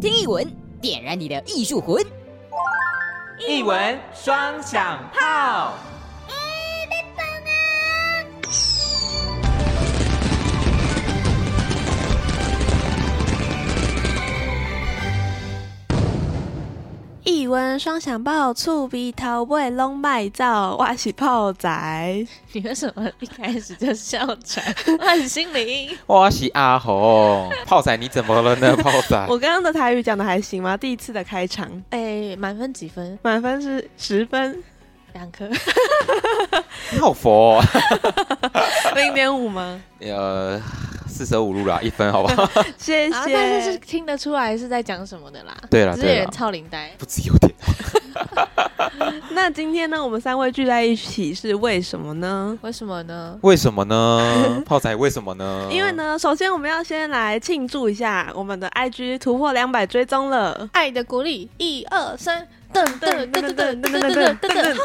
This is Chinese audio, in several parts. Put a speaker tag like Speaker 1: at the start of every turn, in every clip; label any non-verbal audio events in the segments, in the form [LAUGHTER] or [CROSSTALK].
Speaker 1: 一文点燃你的艺术魂。
Speaker 2: 一文双响炮。
Speaker 3: 一文双响炮，醋鼻头尾拢卖造，我是炮仔。
Speaker 4: 你为什么一开始就笑场？我很心灵。
Speaker 2: 我是阿红，炮仔你怎么了
Speaker 3: [LAUGHS]
Speaker 2: 呢？炮仔，
Speaker 3: 我刚刚的台语讲的还行吗？第一次的开场，
Speaker 4: 哎、满分几分？
Speaker 3: 满分是十分， [LAUGHS]
Speaker 4: 两颗，
Speaker 2: 你好佛、哦，
Speaker 3: [LAUGHS] 零点五吗？
Speaker 2: [LAUGHS] 呃，四舍五入啦，一分好不
Speaker 3: [LAUGHS]
Speaker 2: 好？
Speaker 3: 谢
Speaker 4: 啊，但是
Speaker 3: 谢
Speaker 4: 是。听得出来是在讲什么的啦。
Speaker 2: 对啦
Speaker 4: 只是有
Speaker 2: 对啦
Speaker 4: 点操领带。
Speaker 2: 不止有点，
Speaker 3: 那今天呢，我们三位聚在一起是为什么呢？
Speaker 4: 为什么呢？
Speaker 2: 为什么呢？
Speaker 3: [LAUGHS]
Speaker 2: 炮仔为什么呢？
Speaker 3: 因为，呢，首先我们要先来庆祝一下我们的 IG 突破两百追踪了。
Speaker 4: 爱的鼓励，一二三，噔噔噔噔噔噔噔噔噔噔。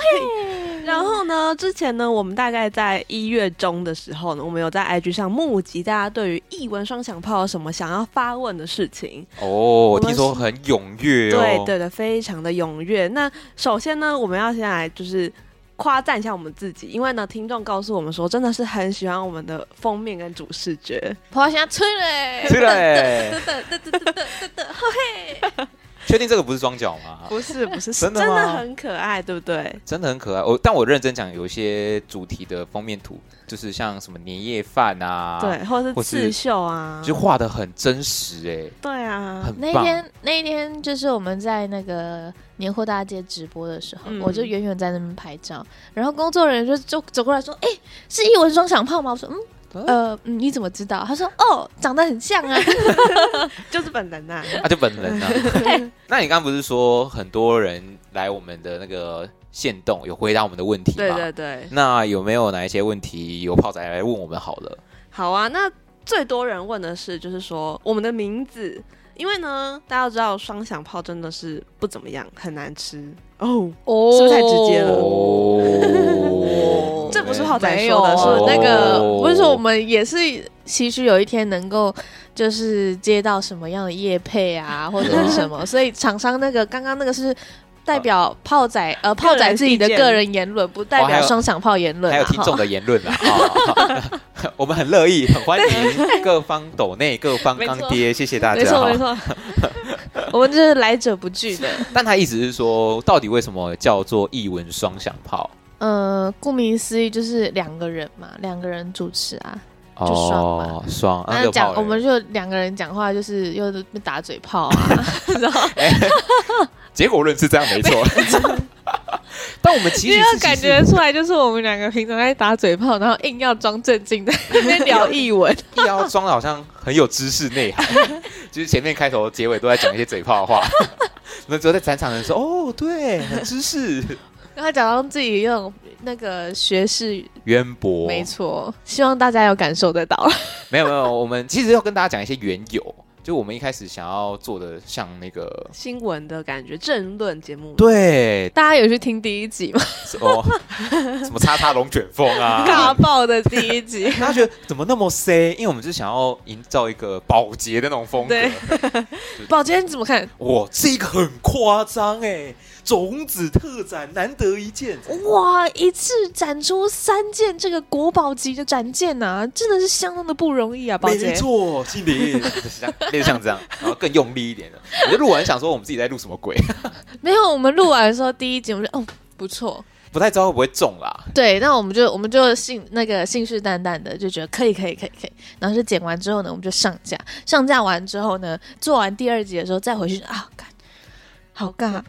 Speaker 3: 然后呢，之前呢，我们大概在一月中的时候呢，我们有在 IG 上募集大家对于译文双响炮有什么想要发问的事情。
Speaker 2: 哦，
Speaker 3: 们
Speaker 2: 听说很踊跃哦。
Speaker 3: 对对的，非常的踊跃。那首先呢，我们要先来就是。夸赞一下我们自己，因为呢，听众告诉我们说，真的是很喜欢我们的封面跟主视觉。
Speaker 4: 花香吹嘞，
Speaker 2: 吹嘞
Speaker 4: 噔噔噔噔噔噔噔噔噔，嘿，
Speaker 2: 确定这个不是装脚吗？
Speaker 3: [LAUGHS] 不是不是，
Speaker 2: 真的
Speaker 3: 真的
Speaker 2: 吗
Speaker 3: 很可爱，对不对？
Speaker 2: 真的很可爱。我但我认真讲，有一些主题的封面图，就是像什么年夜饭啊，，
Speaker 3: 对，或者
Speaker 2: 或
Speaker 3: 是
Speaker 2: 是
Speaker 3: 刺绣啊，
Speaker 2: 就画的很真实哎、
Speaker 3: 对啊，
Speaker 2: 很
Speaker 4: 那一
Speaker 2: 棒。
Speaker 4: 天，那一天就是我们在那个年货大街直播的时候，
Speaker 3: 嗯
Speaker 4: 我就远远在那边拍照，然后工作人员就就走过来说：“哎、是一文双响炮吗？”我说：“嗯，呃，嗯你怎么知道？”他说：“哦，长得很像啊。
Speaker 3: [LAUGHS] 就是本人呐、
Speaker 2: [LAUGHS] 啊，就本人啊。那你刚刚不是说很多人来我们的那个线动有回答我们的问题吗？
Speaker 3: 对对对，
Speaker 2: 那有没有哪一些问题由炮仔来问我们好了？
Speaker 3: 好啊，那最多人问的是，就是说我们的名字，因为呢，大家都知道双响炮真的是不怎么样，很难吃哦。”
Speaker 4: 哦
Speaker 3: 是不是太直接了
Speaker 2: 哦
Speaker 3: 这不是炮仔
Speaker 4: 哎没有啊
Speaker 3: 说的，
Speaker 2: 哦
Speaker 3: 是
Speaker 4: 那个，
Speaker 2: 哦
Speaker 4: 不是说我们也是期许有一天能够就是接到什么样的业配
Speaker 2: [LAUGHS]
Speaker 4: 啊，或者是什么，所以厂商那个刚刚那个是。代表炮仔呃炮仔自己的
Speaker 3: 意见
Speaker 4: 个人言论，不代
Speaker 2: 哦还
Speaker 4: 表
Speaker 2: 有
Speaker 4: 双响炮言论啊。
Speaker 2: 还有
Speaker 4: [LAUGHS]
Speaker 2: 听众
Speaker 4: 哈
Speaker 2: 的言论啦， [LAUGHS] 啊 [LAUGHS] 我们很乐意，很欢迎各方抖内、各方
Speaker 4: 没错
Speaker 2: 干爹，谢谢大
Speaker 4: 没
Speaker 2: 家
Speaker 4: 错没
Speaker 2: 哈。 [LAUGHS]
Speaker 4: 错，我们就是来者不拒的。
Speaker 2: 但他意思是说，到底为什么叫做一文双响炮？
Speaker 4: 呃，顾名思义就是两个人嘛，两个人主持啊。就双嘛
Speaker 2: 哦，双，啊那
Speaker 4: 那
Speaker 2: 个
Speaker 4: 讲
Speaker 2: 炮
Speaker 4: 我们
Speaker 2: 人
Speaker 4: 就两个人讲话，就是又打嘴炮啊， [LAUGHS] 然后
Speaker 2: 结果论是这样没
Speaker 4: [LAUGHS]
Speaker 2: 错。 [LAUGHS] 但我们其
Speaker 4: 因
Speaker 2: 实
Speaker 4: 为
Speaker 2: 是
Speaker 4: 感
Speaker 2: 其实
Speaker 4: 觉出来就是我们两个平常在打嘴炮，然后硬要装正经
Speaker 2: [LAUGHS]
Speaker 4: 在那边聊译文。
Speaker 2: 一要装的好像很有知识内
Speaker 4: [LAUGHS]
Speaker 2: 涵，就是前面开头、结尾都在讲一些嘴炮的话。那只有在展场的人说：“哦，对，很知识，
Speaker 4: 然后假装自己用那个学士，
Speaker 2: 渊博。”
Speaker 4: 没错，希望大家有感受得到。 [LAUGHS]
Speaker 2: 没有没有，我们其实要跟大家讲一些缘由，就我们一开始想要做的，像那个
Speaker 3: 新闻的感觉，政论节目。
Speaker 2: 对
Speaker 4: 大家有去听第一集吗？
Speaker 2: 什么什么叉叉龙卷风
Speaker 4: 尬 [LAUGHS]
Speaker 2: 啊。，
Speaker 4: 爆的第一集 [LAUGHS]
Speaker 2: 他觉得怎么那么 C？因为我们就想要营造一个保洁的那种风格，
Speaker 4: 对宝今天怎么看？
Speaker 2: 哇，这个很夸张哎！种子特展难得一见，
Speaker 4: 哇，一次展出三件这个国宝级的展件呐、真的是相当的不容易啊，宝
Speaker 2: 没
Speaker 4: 姐。
Speaker 2: 错，心 [LAUGHS] 灵类似像这样，然后更用力一点的。我就录完想说我们自己在录什么鬼， [LAUGHS]
Speaker 4: 没有，我们录完的时候第一集我们就哦不错，
Speaker 2: 不太知道会不会中啦。
Speaker 4: 对，那我们就我们就信那个信誓旦旦的就觉得可以可以可以可以，然后就剪完之后呢，我们就上架，上架完之后呢，做完第二集的时候再回去啊，干好尬，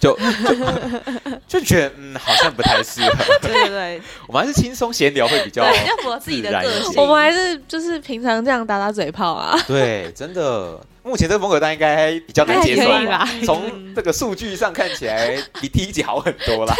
Speaker 2: 就就就觉得嗯，好像不太适合。
Speaker 3: 对对对，
Speaker 2: 我们还是轻松闲聊会比较。
Speaker 3: 对，要符合自己的个
Speaker 2: 自然一
Speaker 3: 性。
Speaker 2: 些
Speaker 4: 我们还是就是平常这样打打嘴炮
Speaker 2: [LAUGHS]
Speaker 4: 啊，
Speaker 2: 对，真的，目前这个风格大家应该比较难接受
Speaker 4: 还可以啦。
Speaker 2: 从这个数据上看起来，比第一集好很多啦。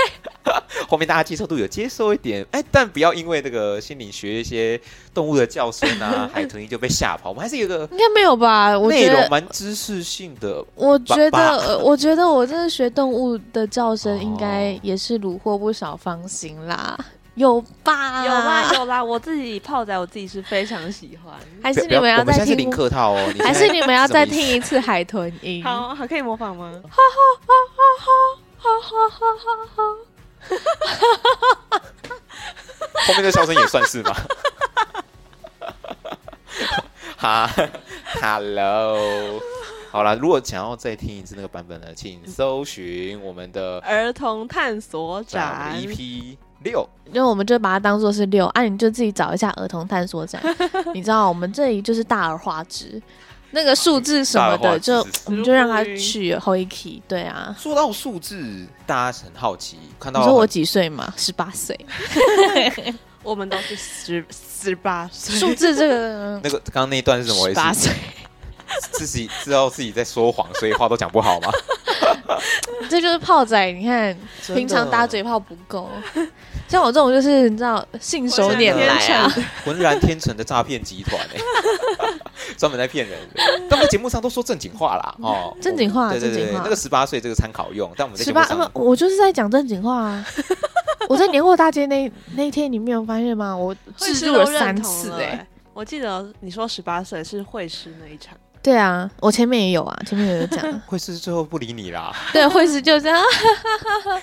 Speaker 2: [LAUGHS] 后面大家接受度有接受一点，哎，但不要因为这个心理学一些动物的叫声
Speaker 4: [LAUGHS]
Speaker 2: 啊、海豚音就被吓跑。我们还是有一个
Speaker 4: 应该没有吧？我
Speaker 2: 内
Speaker 4: 觉
Speaker 2: 容
Speaker 4: 得。
Speaker 2: 蛮知识性的，
Speaker 4: 我觉
Speaker 2: 爸
Speaker 4: 得
Speaker 2: 爸，
Speaker 4: 呃我觉得我真的学动物的叫声，应该
Speaker 2: 哦
Speaker 4: 也是虏获不少芳心啦。有吧？
Speaker 3: 有啦有啦，我自己泡仔我自己是非常喜
Speaker 4: [LAUGHS]
Speaker 3: 欢。
Speaker 4: 还
Speaker 2: 不
Speaker 4: 是
Speaker 2: 要不
Speaker 4: 你
Speaker 2: 要
Speaker 4: 们
Speaker 2: 我们现
Speaker 4: 再
Speaker 2: 在是
Speaker 4: 听？
Speaker 2: 零客套哦，你
Speaker 4: 还
Speaker 2: 现
Speaker 4: 是
Speaker 2: 在
Speaker 4: 你们要再
Speaker 2: [LAUGHS] 什么意思
Speaker 4: 听一次海豚音？
Speaker 3: 好好可以模仿吗？
Speaker 2: 后面的笑声也算是吗？ [LAUGHS] 哈，Hello，好啦，如果想要再听一次那个版本呢，请搜寻我们的
Speaker 3: 儿童探索
Speaker 2: 在我们
Speaker 3: 展
Speaker 2: 的 EP 六，
Speaker 4: 因为我们就把它当做是六，啊，你就自己找一下儿童探
Speaker 3: [LAUGHS]
Speaker 4: 索展。你知道我们这里就是大而化之，那个数字什么
Speaker 2: 大而化
Speaker 4: 的，
Speaker 2: 之
Speaker 4: 就是我们就让他去 Hoiki。对啊，
Speaker 2: 说到数字，大家很好奇，看
Speaker 4: 你
Speaker 2: 到
Speaker 4: 说我几岁嘛？十八岁。
Speaker 3: 我们都是十十八岁，
Speaker 4: 数字这
Speaker 2: [LAUGHS]
Speaker 4: 个
Speaker 2: 那个刚刚那一段是怎么回
Speaker 4: 十
Speaker 2: 事？
Speaker 4: 八岁，
Speaker 2: 自己知道自己在说谎，所以话都讲不好吗？
Speaker 4: 这就是炮仔。你看，
Speaker 2: 真的
Speaker 4: 平常打嘴炮不够，像我这种就是你知道信手拈来啊。
Speaker 2: 浑然天成的诈骗集团哎、专门在骗人的。但我们节目上都说正经话啦，哦，
Speaker 4: 正经话
Speaker 2: 对对
Speaker 4: 正
Speaker 2: 对
Speaker 4: 经，话
Speaker 2: 那个十八岁这个参考用，但我们在
Speaker 4: 十
Speaker 2: 节目
Speaker 4: 八，哦
Speaker 2: 上
Speaker 4: 不，我就是在讲正经话啊。
Speaker 2: [LAUGHS]
Speaker 4: 我在年货大街那那一天，你没有发现吗？我
Speaker 3: 会
Speaker 4: 自
Speaker 3: 师
Speaker 4: 入
Speaker 3: 都
Speaker 4: 了
Speaker 3: 认
Speaker 4: 三
Speaker 3: 同
Speaker 4: 次
Speaker 3: 了
Speaker 4: 哎、
Speaker 3: 欸我记得你说十八岁是会师那一场，
Speaker 4: 对啊，我前面也有啊，前面也有 [LAUGHS] 讲。
Speaker 2: 会是最后不理
Speaker 4: [LAUGHS]
Speaker 2: 你啦。
Speaker 4: 对，会是就这 [LAUGHS] 样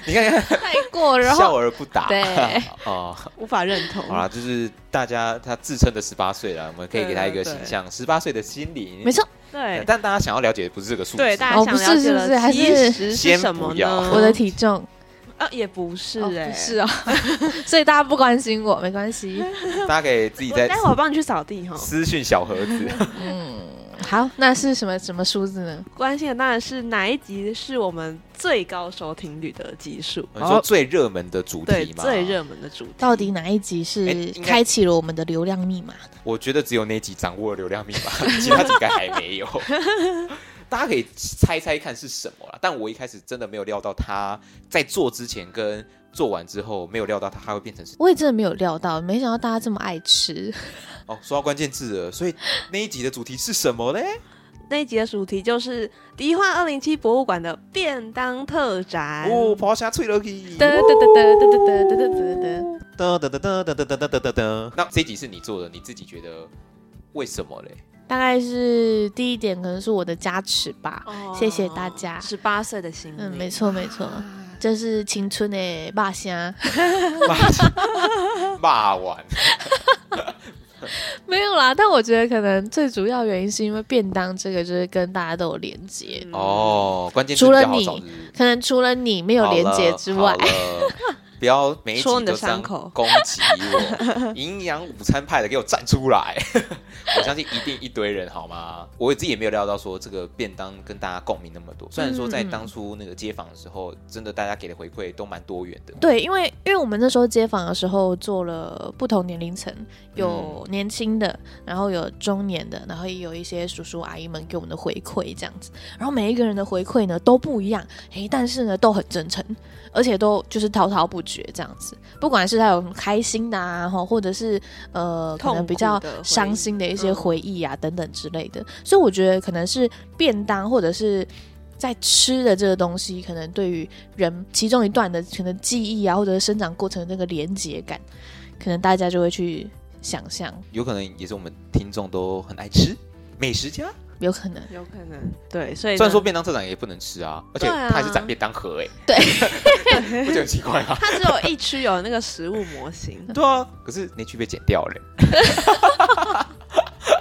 Speaker 2: 你看看，
Speaker 4: 带过，然
Speaker 2: 笑
Speaker 4: 后
Speaker 2: 而不答。
Speaker 4: 对
Speaker 2: [LAUGHS] 哦，
Speaker 3: 无法认同。
Speaker 2: 好啦，就是大家他自称的十八岁了，我们可以给他一个
Speaker 3: 对对对
Speaker 2: 形象，十八岁的心灵。
Speaker 4: [LAUGHS] 没错，
Speaker 3: 对
Speaker 2: 但大家想要了解的不是这个数字，
Speaker 3: 对，大
Speaker 4: 哦
Speaker 3: 家想了
Speaker 4: 不是
Speaker 3: 解
Speaker 4: 是不是还
Speaker 3: 了
Speaker 4: 是
Speaker 3: 其实
Speaker 2: 先
Speaker 3: 是什么
Speaker 2: 不要
Speaker 3: 呢？
Speaker 4: 我的体重
Speaker 3: 啊也不是
Speaker 4: 哦
Speaker 3: 哎，
Speaker 4: 不是哦， [LAUGHS] 所以大家不关心我没关系。
Speaker 2: 大家可以自己
Speaker 3: 我
Speaker 2: 在
Speaker 3: 哦待会儿帮你去扫地哈。
Speaker 2: 私讯小盒
Speaker 4: [LAUGHS]
Speaker 2: 子。
Speaker 4: 好，那是什么什么数字呢？
Speaker 3: 关心的当然是哪一集是我们最高收听率的集数，
Speaker 2: 哦你说最热门的主
Speaker 3: 对，
Speaker 2: 题嘛，
Speaker 3: 最热门的主题。
Speaker 4: 到底哪一集
Speaker 2: 哎
Speaker 4: 是
Speaker 2: 应该
Speaker 4: 开启了我们的流量密码？
Speaker 2: 我觉得只有那集掌握了流量密码， [LAUGHS] 其他几个还
Speaker 4: [LAUGHS]
Speaker 2: 没有。大家可以猜猜看是什么啦，但我一开始真的没有料到他在做之前跟做完之后没有料到他还会变成是
Speaker 4: 我也真的没有料到，没想到大家这么爱 [LAUGHS] 吃。
Speaker 2: 哦，说到关键字了，所以那一集的主题是什么嘞？
Speaker 3: 那一集的主题就是迪化二零七博物馆的便当特
Speaker 4: 哎
Speaker 3: 展。
Speaker 2: 哦，刨虾脆了去，
Speaker 4: 得得得得得得得得得得，
Speaker 2: 噔噔噔噔噔噔噔噔噔噔。那这一集是你做的，你自己觉得为什
Speaker 4: [LAUGHS]
Speaker 2: 么嘞？
Speaker 4: 大概是第一点可能是我的加持吧。
Speaker 3: 哦
Speaker 4: 谢谢大家
Speaker 3: 十八岁的心
Speaker 4: 嗯，
Speaker 3: 灵
Speaker 4: 没错没错，这是青春的啊霸虾。
Speaker 2: 骂骂完，
Speaker 4: 没有啦，但我觉得可能最主要原因是因为便当这个就是跟大家都有连接，
Speaker 2: 哦，关键
Speaker 4: 嗯
Speaker 2: 字
Speaker 4: 除了
Speaker 2: 比较好
Speaker 4: 你
Speaker 2: 找是不是
Speaker 4: 可能除了你没有连接之外
Speaker 2: 好，了，好了不要每一集
Speaker 3: 戳
Speaker 2: 都
Speaker 3: 你
Speaker 2: 这
Speaker 3: 的
Speaker 2: 样
Speaker 3: 伤口
Speaker 2: 攻击我。营养午餐派的给我站出来！ [LAUGHS] 我相信一定一堆人好吗？我自己也没有料到说这个便当跟大家共鸣那么多。虽然说在
Speaker 4: 嗯嗯
Speaker 2: 当初那个街访的时候，真的大家给的回馈都蛮多元的。
Speaker 4: 对，因为因为我们那时候街访的时候做了不同年龄层，
Speaker 2: 嗯
Speaker 4: 有年轻的，然后有中年的，然后也有一些叔叔阿姨们给我们的回馈这样子。然后每一个人的回馈呢都不一样，诶，但是呢都很真诚，而且都就是滔滔不绝这样子。不管是他有开心的啊，吼或者是呃可
Speaker 3: 痛
Speaker 4: 能比
Speaker 3: 苦
Speaker 4: 较
Speaker 3: 的回
Speaker 4: 伤
Speaker 3: 忆
Speaker 4: 心的一些
Speaker 3: 嗯
Speaker 4: 回忆啊、等等之类的。所以我觉得可能是便当或者是在吃的这个东西，可能对于人其中一段的可能记忆啊，或者是生长过程的那个连结感，可能大家就会去想象，
Speaker 2: 有可能也是我们听众都很爱吃美食家。
Speaker 4: 有
Speaker 3: [LAUGHS]
Speaker 4: 可能
Speaker 3: 有可能对，所以呢
Speaker 2: 虽然说便当特产也不能吃啊，而且
Speaker 3: 对啊
Speaker 2: 它还是展便当盒哎、 [LAUGHS]
Speaker 4: 对，
Speaker 2: 不觉得很奇怪啊吗？
Speaker 3: 它只有一区有那个食物模
Speaker 4: [LAUGHS]
Speaker 3: 型
Speaker 2: [LAUGHS] ，对啊，可是那区被剪掉了欸、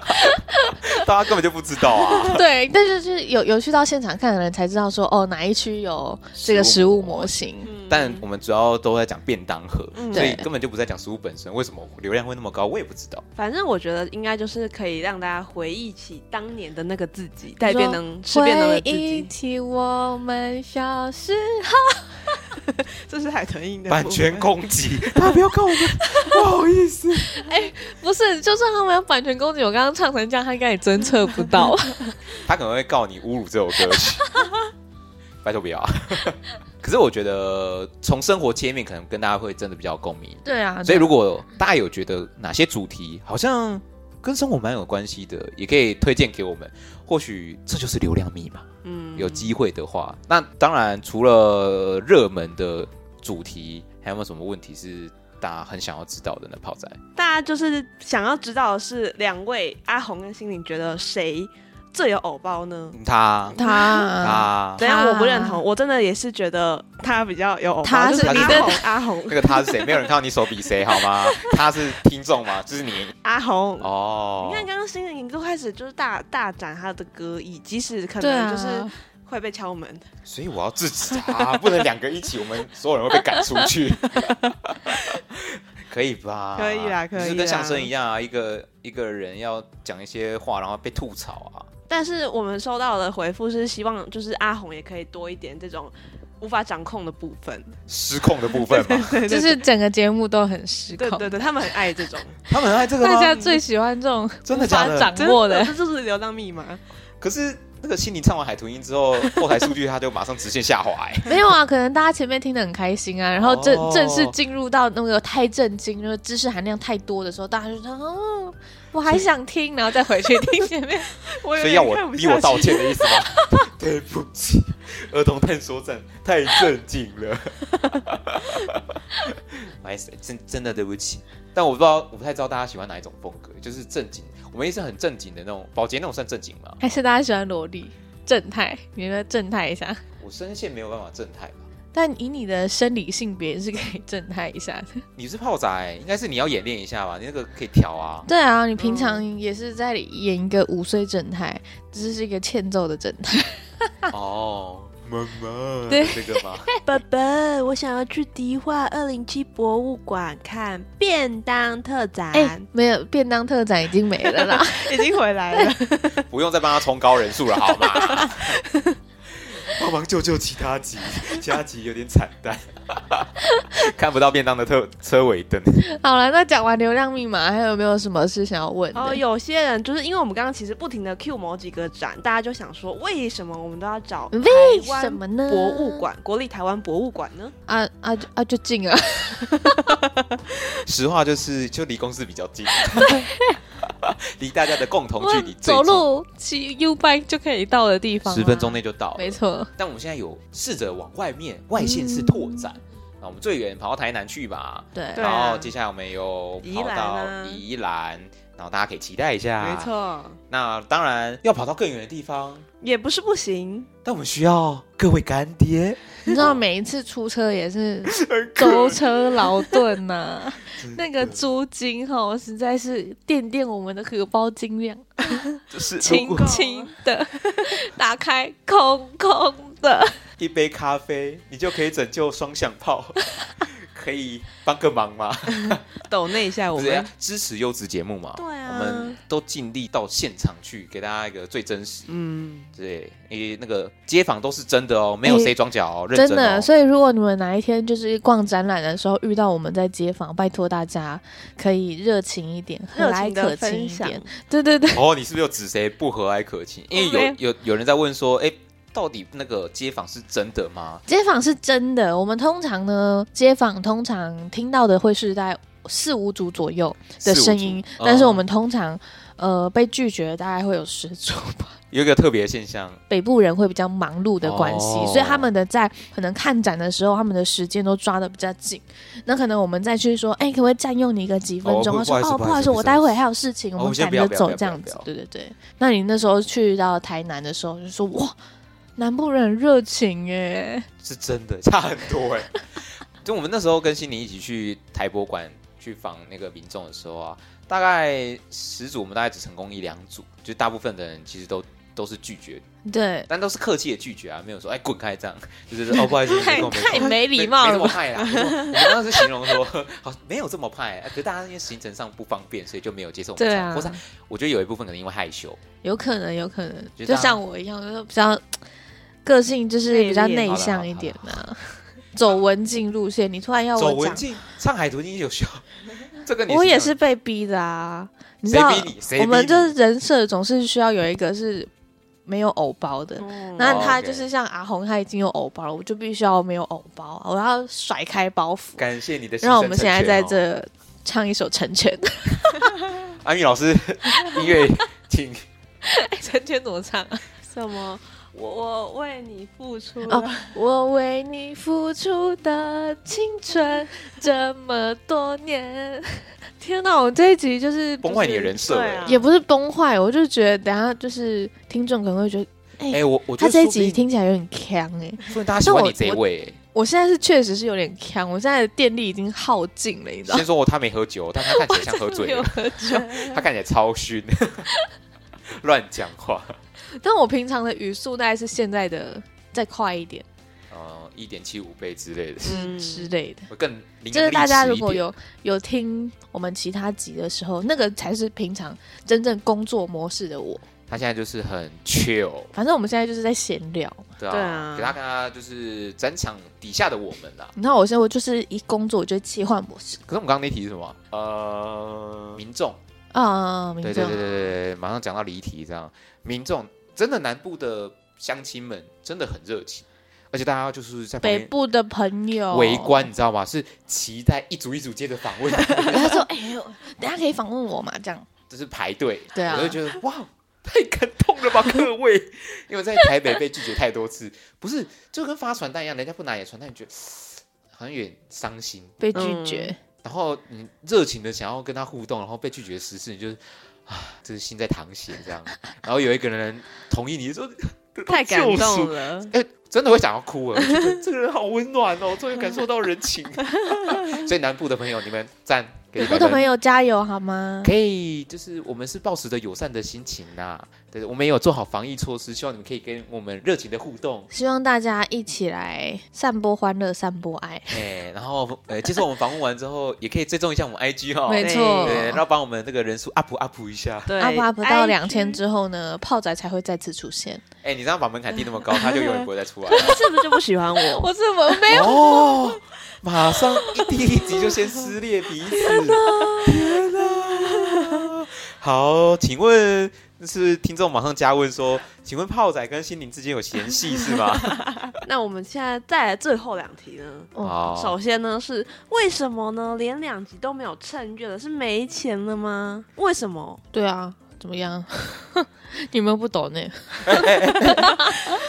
Speaker 2: [LAUGHS] 大家根本就不知道啊。
Speaker 4: 对，但是就是有有去到现场看的人才知道说，哦，哪一区有这个食物模型。
Speaker 3: 嗯
Speaker 2: 但我们主要都在讲便当盒，
Speaker 3: 嗯
Speaker 2: 所以
Speaker 4: 对
Speaker 2: 根本就不在讲食物本身。为什么流量会那么高，我也不知道。
Speaker 3: 反正我觉得应该就是可以让大家回忆起当年的那个自己，带
Speaker 4: 说
Speaker 3: 便当吃便当的自
Speaker 4: 回忆
Speaker 3: 己，
Speaker 4: 起我们小时
Speaker 3: 这是海豚音的
Speaker 2: 版
Speaker 3: 部分
Speaker 2: 权攻击， [LAUGHS] 大家不要告我们，不好意思。
Speaker 4: 不是，就算他们有版权攻击，我刚刚唱成这样，他应该也侦测不
Speaker 3: [LAUGHS]
Speaker 4: 到。
Speaker 2: 他可能会告你侮辱这首歌曲， [LAUGHS] 拜托不要啊。 [LAUGHS] 可是我觉得从生活切面，可能跟大家会真的比较有共鸣。
Speaker 4: 对啊，
Speaker 2: 所以如果大家有觉得哪些主题好像跟生活蛮有关系的，也可以推荐给我们。或许这就是流量密码。
Speaker 3: 嗯
Speaker 2: 有机会的话，那当然除了热门的主题，还有没有什么问题是大家很想要知道的呢？泡仔，
Speaker 3: 大家就是想要知道的是，两位阿红跟心灵觉得谁最有偶包
Speaker 4: 啊
Speaker 3: 呢？
Speaker 2: 他
Speaker 4: 他啊
Speaker 2: 他
Speaker 3: 怎样？我不认同，我真的也是觉得他比较有偶包。
Speaker 4: 他
Speaker 3: 就是是
Speaker 2: 你
Speaker 3: 阿
Speaker 2: 的
Speaker 3: 红，阿红
Speaker 2: 那，个他是谁？没有人看到你手比谁好吗？他是听众吗？就是你
Speaker 3: [LAUGHS] 阿红。
Speaker 2: 哦。
Speaker 3: 你看，刚刚心灵都开始就是大大展他的歌艺，即使可
Speaker 4: 对
Speaker 3: 能
Speaker 4: 啊，
Speaker 3: 就是
Speaker 2: [LAUGHS]
Speaker 3: 会被敲门。
Speaker 2: 所以我要制止他，不能两个一起，我们所有人会被赶出 [LAUGHS] 去。可以吧？
Speaker 3: 可以啦可以啦
Speaker 2: 就是跟相声一样啊，一个一个人要讲一些话，然后被吐槽啊。
Speaker 3: 但是我们收到的回复是希望，就是阿红也可以多一点这种无法掌控的部
Speaker 4: [LAUGHS]
Speaker 3: 分。
Speaker 2: 失控的部分嘛，
Speaker 3: 对
Speaker 4: 就
Speaker 3: 对
Speaker 4: 是整个节目都很失控
Speaker 3: 对，对对，他们很爱这种，
Speaker 2: [LAUGHS] 他们很爱这个
Speaker 4: 大家
Speaker 2: 吗？
Speaker 4: 最喜欢这种
Speaker 2: 啊真的假
Speaker 4: 无
Speaker 2: 的
Speaker 4: 法掌握的
Speaker 3: [LAUGHS] 这就是流浪密码。
Speaker 2: 可是那个心灵唱完海豚音之后，后台数据它就马上直线下滑、欸。
Speaker 4: 没有啊，可能大家前面听得很开心啊，然后正、
Speaker 2: 哦
Speaker 4: 正式进入到那个太震惊，就是知识含量太多的时候，大家就说哦，我还想听，然后再回去听前面。
Speaker 3: [LAUGHS] 我有
Speaker 2: 所以
Speaker 3: 点
Speaker 2: 要我
Speaker 3: 看不
Speaker 2: 逼
Speaker 3: 下
Speaker 2: 我道
Speaker 3: 去
Speaker 2: 歉的意
Speaker 3: [LAUGHS]
Speaker 2: 思吗？对不起，儿童探索站太正经
Speaker 3: [LAUGHS]
Speaker 2: 了，不好意思，真真的对不起。但我不知道，我不太知道大家喜欢哪一种风格，就是正经。我们也是很正经的那种，保洁那种算正经吗？
Speaker 4: 还是大家喜欢萝莉正太，你们正太一下。
Speaker 2: 我声线没有办法正太吧？
Speaker 4: 但以你的生理性别是可以正太一下的。
Speaker 2: 你是泡仔、应该是你要演练一下吧？你那个可以
Speaker 4: [LAUGHS]
Speaker 2: 调啊。
Speaker 4: 对啊，你平常也是在演一个五岁正太，只是是一个欠揍的正太。
Speaker 2: 哦，妈妈，
Speaker 4: 对
Speaker 2: 这个吗？
Speaker 3: 爸爸，我想要去迪化二零七博物馆看便当特展，
Speaker 4: 哎、没有便当特展已经没了 [LAUGHS] 啦。
Speaker 3: [LAUGHS] 已经回来 [LAUGHS] 了。
Speaker 2: 不用再帮他冲高人数了，好吗？帮忙救救其他集，其他集有点惨淡，看不到便当的特车尾灯。
Speaker 4: 好了，那讲完流量密码，还有没有什么事想要问的？
Speaker 3: 然后哦有些人就是因为我们刚刚其实不停的 Q 某几个展，大家就想说，为什么我们都要找台
Speaker 4: 为
Speaker 3: 湾
Speaker 4: 什么呢？
Speaker 3: 博物馆、国立台湾博物馆呢？
Speaker 4: 啊啊就啊就进啊！
Speaker 2: 实话就是，就离公司比较近，离大家的共同距离最
Speaker 4: 走
Speaker 2: 近，
Speaker 4: 路骑 U bike 就可以到的地
Speaker 3: 啊
Speaker 4: 方、啊
Speaker 2: 十分钟，内就到了。
Speaker 4: 没。错。
Speaker 2: 但我们现在有试着往外面外县市拓展，那、我们最远跑到台南去吧。
Speaker 4: 对
Speaker 3: 嗯对啊
Speaker 2: 然后哦接下来我们有跑
Speaker 3: 宜兰
Speaker 2: 到
Speaker 3: 啊
Speaker 2: 宜兰，然后大家可以期待一下。
Speaker 3: 没。错，
Speaker 2: 那当然要跑到更远的地方，
Speaker 3: 也不是不行。
Speaker 2: 但我们需要各位干爹，
Speaker 4: 你知道每一次出车也是舟车劳顿呐、
Speaker 2: [LAUGHS]
Speaker 4: 那个租金哈，实在是垫垫我们的荷包斤两，
Speaker 2: 就是如
Speaker 4: 轻
Speaker 2: 果
Speaker 3: 够
Speaker 4: 轻的 [LAUGHS] 打开，空空的。
Speaker 2: 一杯咖啡，你就可以拯救双响 [LAUGHS] 炮，可以帮个忙吗？
Speaker 3: 抖那一下我
Speaker 2: 不是要
Speaker 3: 们，
Speaker 2: 支持优质节目嘛？
Speaker 3: 对啊
Speaker 2: 啊我们都尽力到现场去，给大家一个最真实。
Speaker 3: 嗯，
Speaker 2: 对，因为那个街访都是真的哦，没有谁装假哦，认
Speaker 4: 真
Speaker 2: 真哦
Speaker 4: 的，。所以如果你们哪一天就是逛展览的时候遇到我们在街访，拜托大家可以热情一点，和
Speaker 3: 热
Speaker 4: 蔼
Speaker 3: 情
Speaker 4: 可
Speaker 3: 的
Speaker 4: 亲
Speaker 3: 分
Speaker 4: 一
Speaker 3: 享，
Speaker 4: 点。对对对，
Speaker 2: 哦，你是不是有指谁不和蔼可亲？因为有有有人在问说，哎，到底那个街访是真的吗？
Speaker 4: 街访是真的，我们通常呢，街访通常听到的会是在四五组左右的声音
Speaker 2: 四五，组
Speaker 4: 但是
Speaker 2: 嗯
Speaker 4: 我们通常呃被拒绝大概会有十组吧。
Speaker 2: 有一个特别的现象，
Speaker 4: 北部人会比较忙碌的关系，
Speaker 2: 哦
Speaker 4: 所以他们的在可能看展的时候，他们的时间都抓的比较紧。那可能我们再去说，哎、可不可以占用你一个几分钟？
Speaker 2: 哦
Speaker 4: 他说，
Speaker 2: 不不好意思
Speaker 4: 哦，
Speaker 2: 不
Speaker 4: 不
Speaker 2: 好
Speaker 4: 好
Speaker 2: 意
Speaker 4: 意
Speaker 2: 思
Speaker 4: 思，
Speaker 2: 不
Speaker 4: 我
Speaker 2: 好意
Speaker 4: 待
Speaker 2: 思
Speaker 4: 会还有事情，
Speaker 2: 哦
Speaker 4: 我们
Speaker 2: 先
Speaker 4: 赶
Speaker 2: 不要
Speaker 4: 着
Speaker 2: 不要
Speaker 4: 走
Speaker 2: 不要
Speaker 4: 这样子
Speaker 2: 不要。
Speaker 4: 对对对，那你那时候去到台南的时候，就说哇，南部人很热情哎，
Speaker 2: 是真的差很多哎、就我们那时候跟心灵一起去台博馆去访那个民众的时候啊，大概十组我们大概只成功一两组，就大部分的人其实都都是拒绝，
Speaker 4: 对，
Speaker 2: 但都是客气的拒绝啊，没有说哎滚开这样，就是说哦不好意思，没空没空
Speaker 4: 太没
Speaker 2: 没
Speaker 4: 礼貌了
Speaker 2: 没这么
Speaker 4: 吧。
Speaker 2: 派啦。没这么我们当时形容说，好没有这么派，啊可是大家因为行程上不方便，所以就没有接受我们
Speaker 4: 对
Speaker 2: 采
Speaker 4: 啊
Speaker 2: 访。或是我觉得有一部分可能因为害羞，
Speaker 4: 有可能，有可能，
Speaker 2: 就
Speaker 4: 就
Speaker 2: 这样
Speaker 4: 像我一样，就是比较个性就是比较内向一点嘛、走文静路线。你突然要
Speaker 2: 走
Speaker 4: 我
Speaker 2: 文
Speaker 4: 讲，
Speaker 2: 静唱海豚音有效，这 [LAUGHS] 个你
Speaker 4: 我也
Speaker 2: 这
Speaker 4: 是
Speaker 2: 样，
Speaker 4: 被逼的啊。你知
Speaker 2: 谁
Speaker 4: 道，
Speaker 2: 逼你？谁逼
Speaker 4: 我们
Speaker 2: 你
Speaker 4: 就是人设总是需要有一个是没有偶包的。那
Speaker 3: 那
Speaker 2: 哦
Speaker 4: 他
Speaker 2: OK
Speaker 4: 就是像阿红，他已经有偶包了，我就必须要没有偶包，我要甩开包袱。
Speaker 2: 感谢你的牺牲成全哦。哦
Speaker 4: 让我们现在在这唱一首《成全》 [LAUGHS]
Speaker 2: 安宇老师，音乐请 [LAUGHS]
Speaker 4: 哎，《成全》怎么唱啊？
Speaker 3: 什么？我为你付出
Speaker 4: 哦
Speaker 3: 了
Speaker 4: 我为你付出的青春这么多年，天哪！我这一集就是
Speaker 2: 崩坏你的人设
Speaker 3: 对
Speaker 2: 哎、
Speaker 3: 啊
Speaker 4: 也不是崩坏，我就觉得等下就是听众可能会觉得
Speaker 2: 哎、我我觉
Speaker 4: 他
Speaker 2: 得
Speaker 4: 这一
Speaker 2: 说不定
Speaker 4: 集，听起来有点呛哎、
Speaker 2: 说不定大家喜
Speaker 4: 但
Speaker 2: 欢
Speaker 4: 我
Speaker 2: 你这一位、哎
Speaker 4: 我现在是确实是有点呛，我现在的电力已经耗尽了，你知道吗
Speaker 2: 先？说我他没喝酒，
Speaker 4: [LAUGHS]
Speaker 2: 但他看起来像喝醉
Speaker 4: 没有
Speaker 2: 了，
Speaker 4: 喝酒，
Speaker 2: [LAUGHS] 他看起来超醺， [LAUGHS] 乱讲话。
Speaker 4: 但我平常的语速大概是现在的再快一点
Speaker 2: 呃，一点七五倍之类的，
Speaker 3: 嗯
Speaker 4: 之类的。
Speaker 2: 我更伶
Speaker 4: 就是
Speaker 2: 俐
Speaker 4: 大家
Speaker 2: 齿
Speaker 4: 如
Speaker 2: 嗯一
Speaker 4: 果
Speaker 2: 点
Speaker 4: 有有听我们其他集的时候，那个才是平常真正工作模式的我。
Speaker 2: 他现在就是很 chill，
Speaker 4: 反正我们现在就是在闲聊，
Speaker 2: 对啊，
Speaker 3: 对啊
Speaker 2: 给他看他就是展场底下的我们啦。
Speaker 4: 你知道我现在我就是一工作我就切换模式
Speaker 2: 可是我们刚刚那题是什么？啊呃，民众，
Speaker 4: 啊，明
Speaker 2: 对
Speaker 4: 白
Speaker 2: 对对对对，对马上讲到离题这样。民众真的南部的乡亲们真的很热情，而且大家就是在旁
Speaker 4: 北
Speaker 2: 边
Speaker 4: 部哦的朋友
Speaker 2: 围观，你知道吗？是期待一组一组接着访问， [LAUGHS]
Speaker 4: 然后他说：“哎、呦，等下可以访问我嘛？”这样，
Speaker 2: 就是排队。
Speaker 4: 对啊
Speaker 2: 我就觉得哇，太感动
Speaker 4: [LAUGHS]
Speaker 2: 了吧，各位！因为在台北被拒绝太多次，不是就跟发传单一样，人家不拿你的传单，你觉得嘶好像有点伤心。
Speaker 4: 被拒
Speaker 2: 嗯
Speaker 4: 绝，
Speaker 2: 然后你热情的想要跟他互动，然后被拒绝十次，你就是啊，这是心在淌血这样。然后有一个人同意你就说，
Speaker 3: 太感
Speaker 2: [LAUGHS] 救赎
Speaker 3: 动了，
Speaker 2: 哎、真的会想要哭啊！我觉得这个人好温暖哦，终于感受到人
Speaker 3: [LAUGHS]
Speaker 2: 情。所以南部的朋友，你们赞给
Speaker 4: 北
Speaker 2: 一
Speaker 4: 部
Speaker 2: 百
Speaker 4: 的朋
Speaker 2: 分。
Speaker 4: 友加油好吗？
Speaker 2: 可以，就是我们是抱持着友善的心情呐、对，我们也有做好防疫措施，希望你们可以跟我们热情的互动，
Speaker 4: 希望大家一起来散播欢乐，散播爱。
Speaker 2: 哎、然后呃，接受我们访问完之后，也可以追踪一下我们 IG 哦，
Speaker 4: 没错，
Speaker 2: 对，然后帮我们那个人数 up up 一下，
Speaker 3: 对哎
Speaker 4: up up 啊到两千
Speaker 3: 后，
Speaker 4: 之后呢，炮仔才会再次出现。
Speaker 2: 哎、你这样把门槛定那么高，他就永远不会再出来。
Speaker 3: 哎是不是就不喜欢
Speaker 4: [LAUGHS]
Speaker 3: 我？
Speaker 4: [LAUGHS] 我怎么 [LAUGHS] 没有？
Speaker 2: 哦，马上一第一集就先撕裂彼
Speaker 4: [LAUGHS]
Speaker 2: 此，天哪！好，请问是听众马上加问说，请问炮仔跟心灵之间有嫌隙是吗？
Speaker 3: 那我们现在再来最后两题呢？
Speaker 2: 哦，
Speaker 3: 首先呢是为什么呢？连两集都没有趁月了，是没钱了吗？为什么？
Speaker 4: 对啊，怎么样？ [LAUGHS] 你们不懂呢、
Speaker 2: [LAUGHS]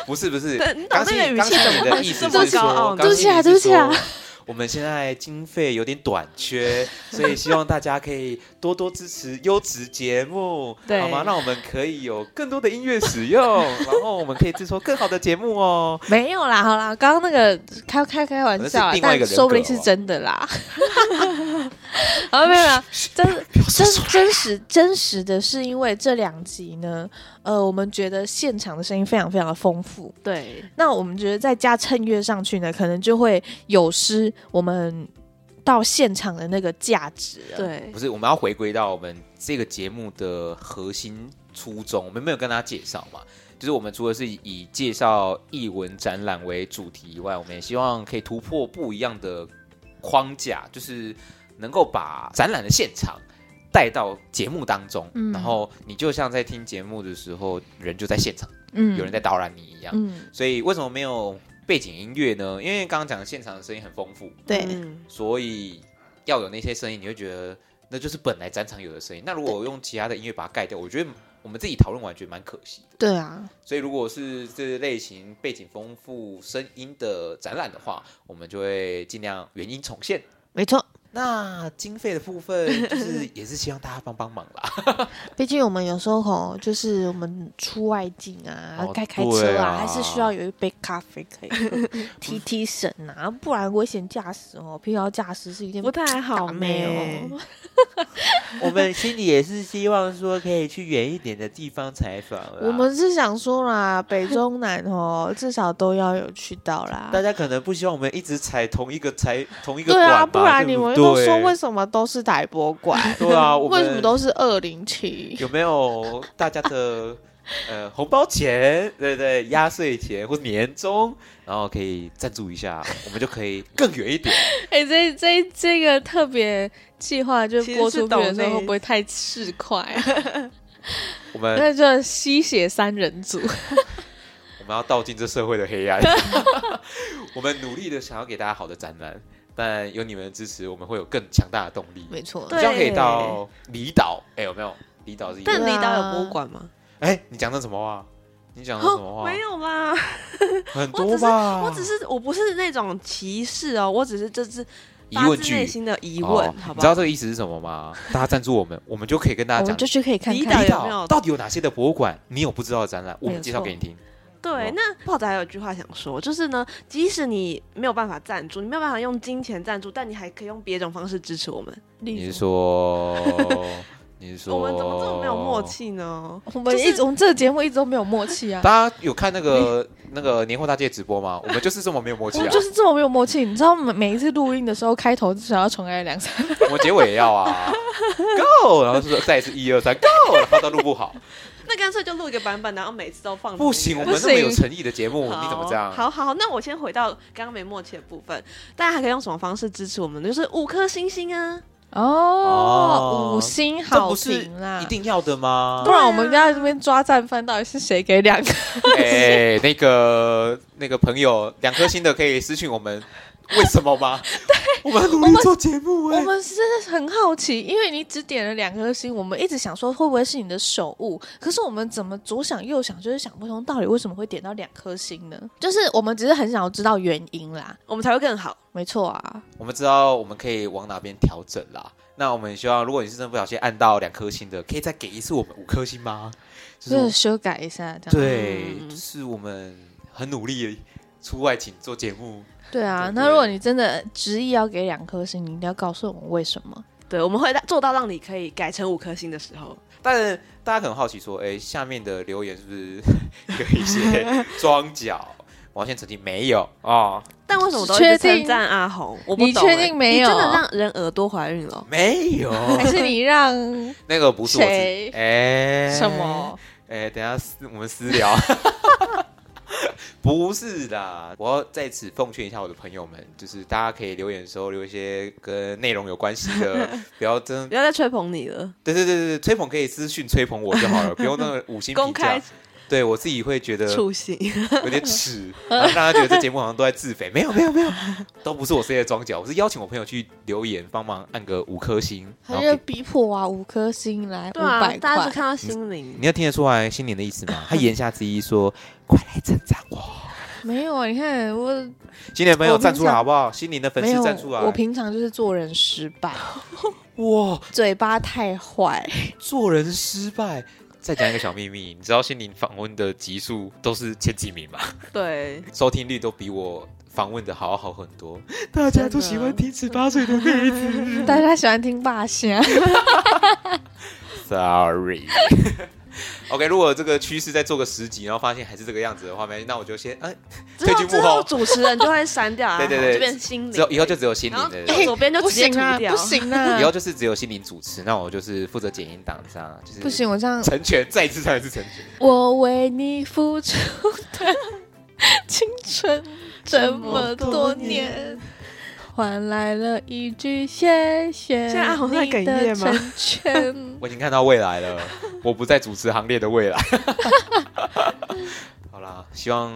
Speaker 2: 不是不是
Speaker 3: 对你，懂那
Speaker 2: 刚心
Speaker 3: 个
Speaker 2: 里
Speaker 3: 语
Speaker 2: 刚
Speaker 3: 气
Speaker 2: 心
Speaker 3: 怎
Speaker 2: 里
Speaker 3: 么
Speaker 2: 的
Speaker 3: 会
Speaker 2: 意
Speaker 3: 是
Speaker 2: 思
Speaker 3: 这么
Speaker 2: 是说
Speaker 3: 高傲，
Speaker 2: 刚
Speaker 4: 呢
Speaker 2: 心里
Speaker 4: 对不
Speaker 2: 是
Speaker 4: 起啊
Speaker 2: 说，我们现在经费有点短缺，所以希望大家可以多多支持优质节目，
Speaker 3: [LAUGHS] 对
Speaker 2: 好吗？让我们可以有更多的音乐使用，然后我们可以制作更好的节目哦。
Speaker 4: 没有啦，好啦，刚刚那个开开开玩笑啦
Speaker 2: 可能是，另外一
Speaker 4: 但
Speaker 2: 个人格啊
Speaker 4: 说不定是真的 [LAUGHS] 啦。好，没有啦，真的真真实真实的是因为这两集呢，呃，我们觉得现场的声音非常非常的丰富，
Speaker 3: 对，
Speaker 4: 那我们觉得再加衬乐上去呢，可能就会有失我们到现场的那个价值了。
Speaker 3: 对
Speaker 2: 不，是，我们要回归到我们这个节目的核心初衷。我们没有跟大家介绍嘛，就是我们除了是以介绍艺文展览为主题以外，我们也希望可以突破不一样的框架，就是能够把展览的现场。带到节目当中，
Speaker 4: 嗯
Speaker 2: 然后你就像在听节目的时候，人就在现场，
Speaker 4: 嗯
Speaker 2: 有人在导览你一样。
Speaker 4: 嗯，
Speaker 2: 所以为什么没有背景音乐呢？因为刚刚讲的现场的声音很丰富，
Speaker 4: 对，
Speaker 3: 嗯
Speaker 2: 所以要有那些声音，你会觉得那就是本来展场有的声音。那如果我用其他的音乐把它盖掉，我觉得我们自己讨论完觉得蛮可惜的。
Speaker 4: 对啊，
Speaker 2: 所以如果是这类型背景丰富、声音的展览的话，我们就会尽量原音
Speaker 4: [LAUGHS]
Speaker 2: 重现。
Speaker 4: 没错。
Speaker 2: 那经费的部分，就是也是希望大家帮帮忙啦。
Speaker 4: 毕竟我们有时候吼，就是我们出外景啊
Speaker 2: 哦，
Speaker 4: 该、开车
Speaker 2: 对
Speaker 4: 啊
Speaker 2: 啊
Speaker 4: 还是需要有一杯咖啡可以喝提提神啊，不然危险驾驶哦，疲劳驾驶是一件
Speaker 3: 不太好
Speaker 4: 大
Speaker 3: 没
Speaker 4: 妹
Speaker 3: 有
Speaker 4: 哦。
Speaker 2: 我们心里也是希望说，可以去远一点的地方采访啦
Speaker 4: 我们是想说啦，北中南哦，至少都要有去到啦。
Speaker 2: 家可能不希望我们一直采同一个采同一
Speaker 4: 对啊，
Speaker 2: 馆吧
Speaker 4: 不然你
Speaker 2: 对
Speaker 4: 们都
Speaker 2: 对
Speaker 4: 说为什么都是台博馆？
Speaker 2: 对啊，我
Speaker 4: [LAUGHS]
Speaker 2: 们
Speaker 4: 为什么都是二
Speaker 3: [LAUGHS]
Speaker 4: 零七？
Speaker 2: 有没有大家的呃红包钱，对不对？压岁钱或年终，然后可以赞助一下，我们就可以更远一点。
Speaker 4: [LAUGHS] 哎、这这这个特别计划，就
Speaker 3: 其实
Speaker 4: 播
Speaker 3: 是
Speaker 4: 出去的
Speaker 3: 抖
Speaker 4: 时候
Speaker 3: 内
Speaker 4: 会不会太市侩、
Speaker 2: [LAUGHS]
Speaker 4: 啊？
Speaker 2: 我们
Speaker 4: 那就吸血三人组。
Speaker 2: 我们要道尽这社会的黑
Speaker 3: [LAUGHS]
Speaker 2: 暗，我们努力的想要给大家好的展览，但有你们的支持，我们会有更强大的动力。
Speaker 4: 没错，
Speaker 2: 我
Speaker 3: 对
Speaker 2: 希望可以到离岛，哎，有没有？离岛是一
Speaker 3: 但
Speaker 2: 个，
Speaker 4: 对啊
Speaker 3: 离岛有博物馆吗？
Speaker 2: 哎，你讲的什么话？你讲的什么
Speaker 3: 哦，
Speaker 2: 话？
Speaker 3: 没有吧？
Speaker 2: 很
Speaker 3: 我只
Speaker 2: 多
Speaker 3: 是
Speaker 2: 吧？
Speaker 4: 哦
Speaker 3: 我只是我不是那种歧视哦，我只是这是
Speaker 2: 疑
Speaker 3: 发
Speaker 2: 问
Speaker 3: 自内
Speaker 2: 句。
Speaker 3: 心的疑问，
Speaker 2: 哦
Speaker 3: 好
Speaker 2: 你
Speaker 3: 不
Speaker 2: 知道
Speaker 3: 好？
Speaker 2: 这个意思是什么吗？大家赞助我们，我们就可以跟大
Speaker 4: 我
Speaker 2: 家
Speaker 4: 们
Speaker 2: 讲
Speaker 4: 就去可以看
Speaker 3: 离
Speaker 4: 看
Speaker 3: 岛
Speaker 2: 离
Speaker 3: 有没
Speaker 2: 岛
Speaker 3: 有
Speaker 2: 到底有哪些的博物馆，你有不知道的展览，我
Speaker 4: 没有
Speaker 2: 们介绍
Speaker 4: 错
Speaker 2: 给你听。
Speaker 3: 对，
Speaker 2: 哦
Speaker 3: 那炮仔还有一句话想说，就是呢，即使你没有办法赞助，你没有办法用金钱赞助，但你还可以用别种方式支持我们。
Speaker 2: 你
Speaker 4: 例
Speaker 2: 是
Speaker 4: 如
Speaker 2: 说， [LAUGHS] 你是说，
Speaker 3: 我们怎么这么没有默？契呢？
Speaker 4: 我们一直、我们这个节目一直都没有默
Speaker 2: [LAUGHS]
Speaker 4: 契啊，
Speaker 2: 大家有看那个那个年货大街直播吗？我们就是这么没有默
Speaker 4: [LAUGHS] 我
Speaker 2: 契
Speaker 4: 们
Speaker 2: 啊，
Speaker 4: 就是这么没有默契。你知道每每一次录音的时候，开头至少要重来两三次，
Speaker 2: 我们结尾也要啊，Go，然后就是再一次一二三 Go，然后到录不好，
Speaker 3: 那干脆就录一个版本，然后每次都放。
Speaker 2: 不行，我们
Speaker 4: 不
Speaker 2: 那么有
Speaker 4: 行
Speaker 2: 诚意的节目，你怎么这样？
Speaker 3: 好好好，那我先回到刚刚没默契的部分，大家还可以用什么方式支持我们呢？就是五颗星星啊！
Speaker 4: 哦，
Speaker 2: 哦
Speaker 4: 五星
Speaker 2: 这
Speaker 4: 好
Speaker 2: 不是
Speaker 4: 评啦
Speaker 2: 一！定要的吗
Speaker 4: 不？然我们在这边抓战犯，到底是谁给两个？
Speaker 2: 哎，那个那个朋友，两颗星的可以私信我们，为什么吗？我们努力做节目
Speaker 4: 我
Speaker 2: 哎，
Speaker 4: 们真的很好奇，因为你只点了两颗星，我们一直想说会不会是你的手误，可是我们怎么左想右想，就是想不通到底为什么会点到两颗星呢？就是我们只是很想要知道原因啦。
Speaker 3: 我们才会更好。
Speaker 4: 没错啊，
Speaker 2: 我们知道我们可以往哪边调整啦。那我们希望，如果你是真的不小心按到两颗星的，可以再给一次我们五颗星吗？就是
Speaker 4: 就是
Speaker 2: 我
Speaker 4: 修改一下这样。
Speaker 2: 对，
Speaker 3: 嗯
Speaker 2: 就是我们很努力出外景做节目，
Speaker 4: 对啊，
Speaker 2: 对
Speaker 4: 那如果你真的执意要给两颗星，你一定要告诉我们为什么。
Speaker 3: 对，我们会做到让你可以改成五颗星的时候。
Speaker 2: 但大家可能好奇说，哎、下面的留言是不是有
Speaker 4: [LAUGHS]
Speaker 2: 一些装脚？我要先澄清，没有哦，
Speaker 3: 但为什么都一
Speaker 4: 确
Speaker 3: 直
Speaker 4: 定
Speaker 3: 称赞阿红？我不
Speaker 4: 你
Speaker 3: 懂
Speaker 4: 确
Speaker 3: 欸
Speaker 4: 定没有
Speaker 3: 你真的让人耳朵怀孕了？哦
Speaker 2: 没
Speaker 4: [LAUGHS]
Speaker 2: 有，
Speaker 4: 还是你让
Speaker 2: 那个不是我自己
Speaker 4: 谁，
Speaker 2: 哎、
Speaker 4: 什么？
Speaker 2: 哎、等一下私我们私聊。 [LAUGHS] 不是的，我要在此奉劝一下我的朋友们，就是大家可以留言的时候留一些跟内容有关系
Speaker 3: [LAUGHS]
Speaker 2: 的，不要真
Speaker 3: 不要再吹捧你了，
Speaker 2: 对对对对，对吹捧可以私讯吹捧我就好了，不用那个五星
Speaker 3: 公
Speaker 2: 评
Speaker 3: 开
Speaker 2: 价。对我自己会觉得
Speaker 3: 处刑。
Speaker 2: 有
Speaker 3: [LAUGHS]
Speaker 2: 点耻，然后让大家觉得这节目好像都在自肥。没有没有没有，都不是我自己的装脚，我是邀请我朋友去留言帮忙按个五颗星，然
Speaker 4: 他
Speaker 2: 后
Speaker 4: 就
Speaker 2: 给
Speaker 4: 逼迫啊，五颗星来五
Speaker 3: 对啊
Speaker 4: 百，
Speaker 3: 大家就
Speaker 4: 块。
Speaker 3: 看到心灵
Speaker 2: 嗯你。要听得出来心灵的意思吗？他言下之意
Speaker 3: [LAUGHS]
Speaker 2: 说，快来称赞我，
Speaker 4: 没有啊，你看我
Speaker 2: 心灵的
Speaker 4: 我
Speaker 2: 朋友
Speaker 4: 平
Speaker 2: 站出来
Speaker 4: 常
Speaker 2: 好不好？心灵的粉
Speaker 4: 没
Speaker 2: 丝啊
Speaker 4: 有
Speaker 2: 站出来，，
Speaker 4: 我平常就是做人失败， [LAUGHS]
Speaker 2: 哇，
Speaker 4: 嘴巴太坏。
Speaker 2: 做人失败。再讲一个小秘密，你知道心灵访问的集数都是前几名吗？
Speaker 3: 对，
Speaker 2: [LAUGHS] 收听率都比我访问的好好很多。
Speaker 3: 大
Speaker 2: 大家都喜欢。听十八岁的妹子。
Speaker 3: [LAUGHS]
Speaker 4: 大家喜欢听霸啊仙，
Speaker 2: [LAUGHS] Sorry。OK，如果这个趋势再做个十集，然后发现还是这个样子的话，没关系那我就先哎，
Speaker 3: 之后
Speaker 2: 退居
Speaker 3: 之
Speaker 2: 幕后
Speaker 3: 后主持人就会删掉啊，
Speaker 2: [LAUGHS] 对对对
Speaker 3: 就变心灵。
Speaker 2: 之后以后就只有心
Speaker 3: 然
Speaker 2: 灵
Speaker 3: 后 [LAUGHS]
Speaker 2: 的，
Speaker 3: 哎左边就
Speaker 4: 不
Speaker 3: 直接
Speaker 4: 行
Speaker 3: 涂
Speaker 4: 啊，
Speaker 3: 掉
Speaker 4: 不
Speaker 3: [LAUGHS]
Speaker 4: 行啊
Speaker 2: 以，后就是只有心灵主持，那我就是负责剪音档这样，就是
Speaker 4: 不。行，我这样，
Speaker 2: 成全，再一次，再一次成全。
Speaker 4: 我为你付出的青春这么
Speaker 3: [LAUGHS]
Speaker 4: 多年，换来了一句谢谢。
Speaker 3: 现在阿红在哽咽吗？
Speaker 4: 全
Speaker 2: 我已经看到未来
Speaker 4: [LAUGHS]
Speaker 2: 了，我不在主持行列的未来。 [LAUGHS] 好啦，希望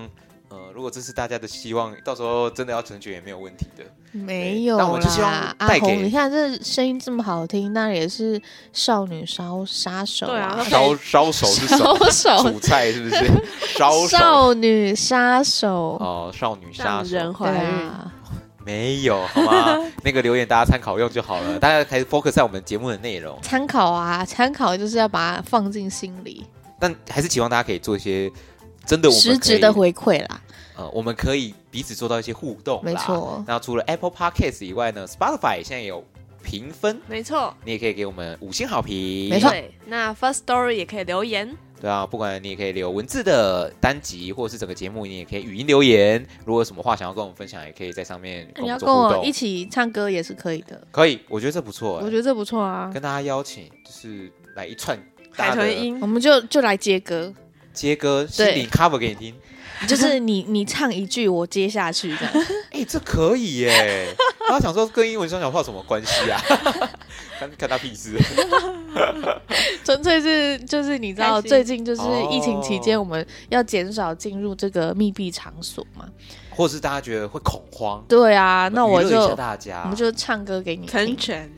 Speaker 2: 呃，如果这是大家的希望，到时候真的要成全也没有问题的。
Speaker 4: 没有
Speaker 2: 那我们就希望
Speaker 4: 啦，阿
Speaker 2: 带给
Speaker 4: 红，你看这声音这么好听，那也是少女烧杀手
Speaker 3: 对啊 [LAUGHS]
Speaker 4: 啊，
Speaker 2: 烧烧手是什么？
Speaker 4: 烧手
Speaker 2: 主菜是不
Speaker 4: [LAUGHS]
Speaker 2: 是？烧手
Speaker 4: 少女杀手，
Speaker 2: 哦，少女杀
Speaker 3: 让
Speaker 2: 手。
Speaker 3: 人
Speaker 4: 对
Speaker 3: 怀孕。
Speaker 4: 啊，
Speaker 2: 没有，好
Speaker 4: [LAUGHS]
Speaker 2: 吗？那个留言大家参考用就好了，大家开始 focus 在我们节目的内容，
Speaker 4: 参考啊，参考就是要把它放进心里，
Speaker 2: 但还是期望大家可以做一些真的我们可以
Speaker 4: 实质的回馈啦。
Speaker 2: 呃，我们可以彼此做到一些互动啦，
Speaker 4: 没错
Speaker 2: 那除了 Apple Podcast 以外呢，Spotify 现在也有评分，
Speaker 3: 没错，
Speaker 2: 你也可以给我们五星好评，
Speaker 4: 没错
Speaker 3: 对。那 First Story 也可以留言，
Speaker 2: 对啊，不管你也可以留文字的单集，或者是整个节目，你也可以语音留言。如果有什么话想要跟我们分享，也可以在上面跟
Speaker 4: 你
Speaker 2: 我
Speaker 4: 要跟
Speaker 2: 们做互
Speaker 4: 我
Speaker 2: 动
Speaker 4: 一。起唱歌也是可以的，
Speaker 2: 可以，我觉得这不错、欸。
Speaker 4: 我觉得这不错啊。
Speaker 2: 跟大家邀请，就是来一串大
Speaker 3: 海
Speaker 2: 家的
Speaker 3: 豚音
Speaker 4: 我。们就就来接歌，
Speaker 2: 接歌，心
Speaker 4: 对
Speaker 2: 灵 cover 给你听。
Speaker 4: 就是 [LAUGHS] 你你唱一句，我接下去这样。
Speaker 2: 哎、这可以耶！然后想说跟英文双响炮有什么关系啊？ [LAUGHS] 看看他屁
Speaker 4: [LAUGHS]
Speaker 2: 事。
Speaker 4: [LAUGHS] 纯粹是就是你知
Speaker 3: 开
Speaker 4: 道，
Speaker 3: 心
Speaker 4: 最近就是疫情期间，
Speaker 2: 哦
Speaker 4: 我们要减少进入这个密闭场所嘛。
Speaker 2: 或者是大家觉得会恐慌，
Speaker 4: 对啊，那我
Speaker 2: 娱乐一下
Speaker 4: 就
Speaker 2: 大家，
Speaker 4: 我们就唱歌给你听。
Speaker 3: 成全，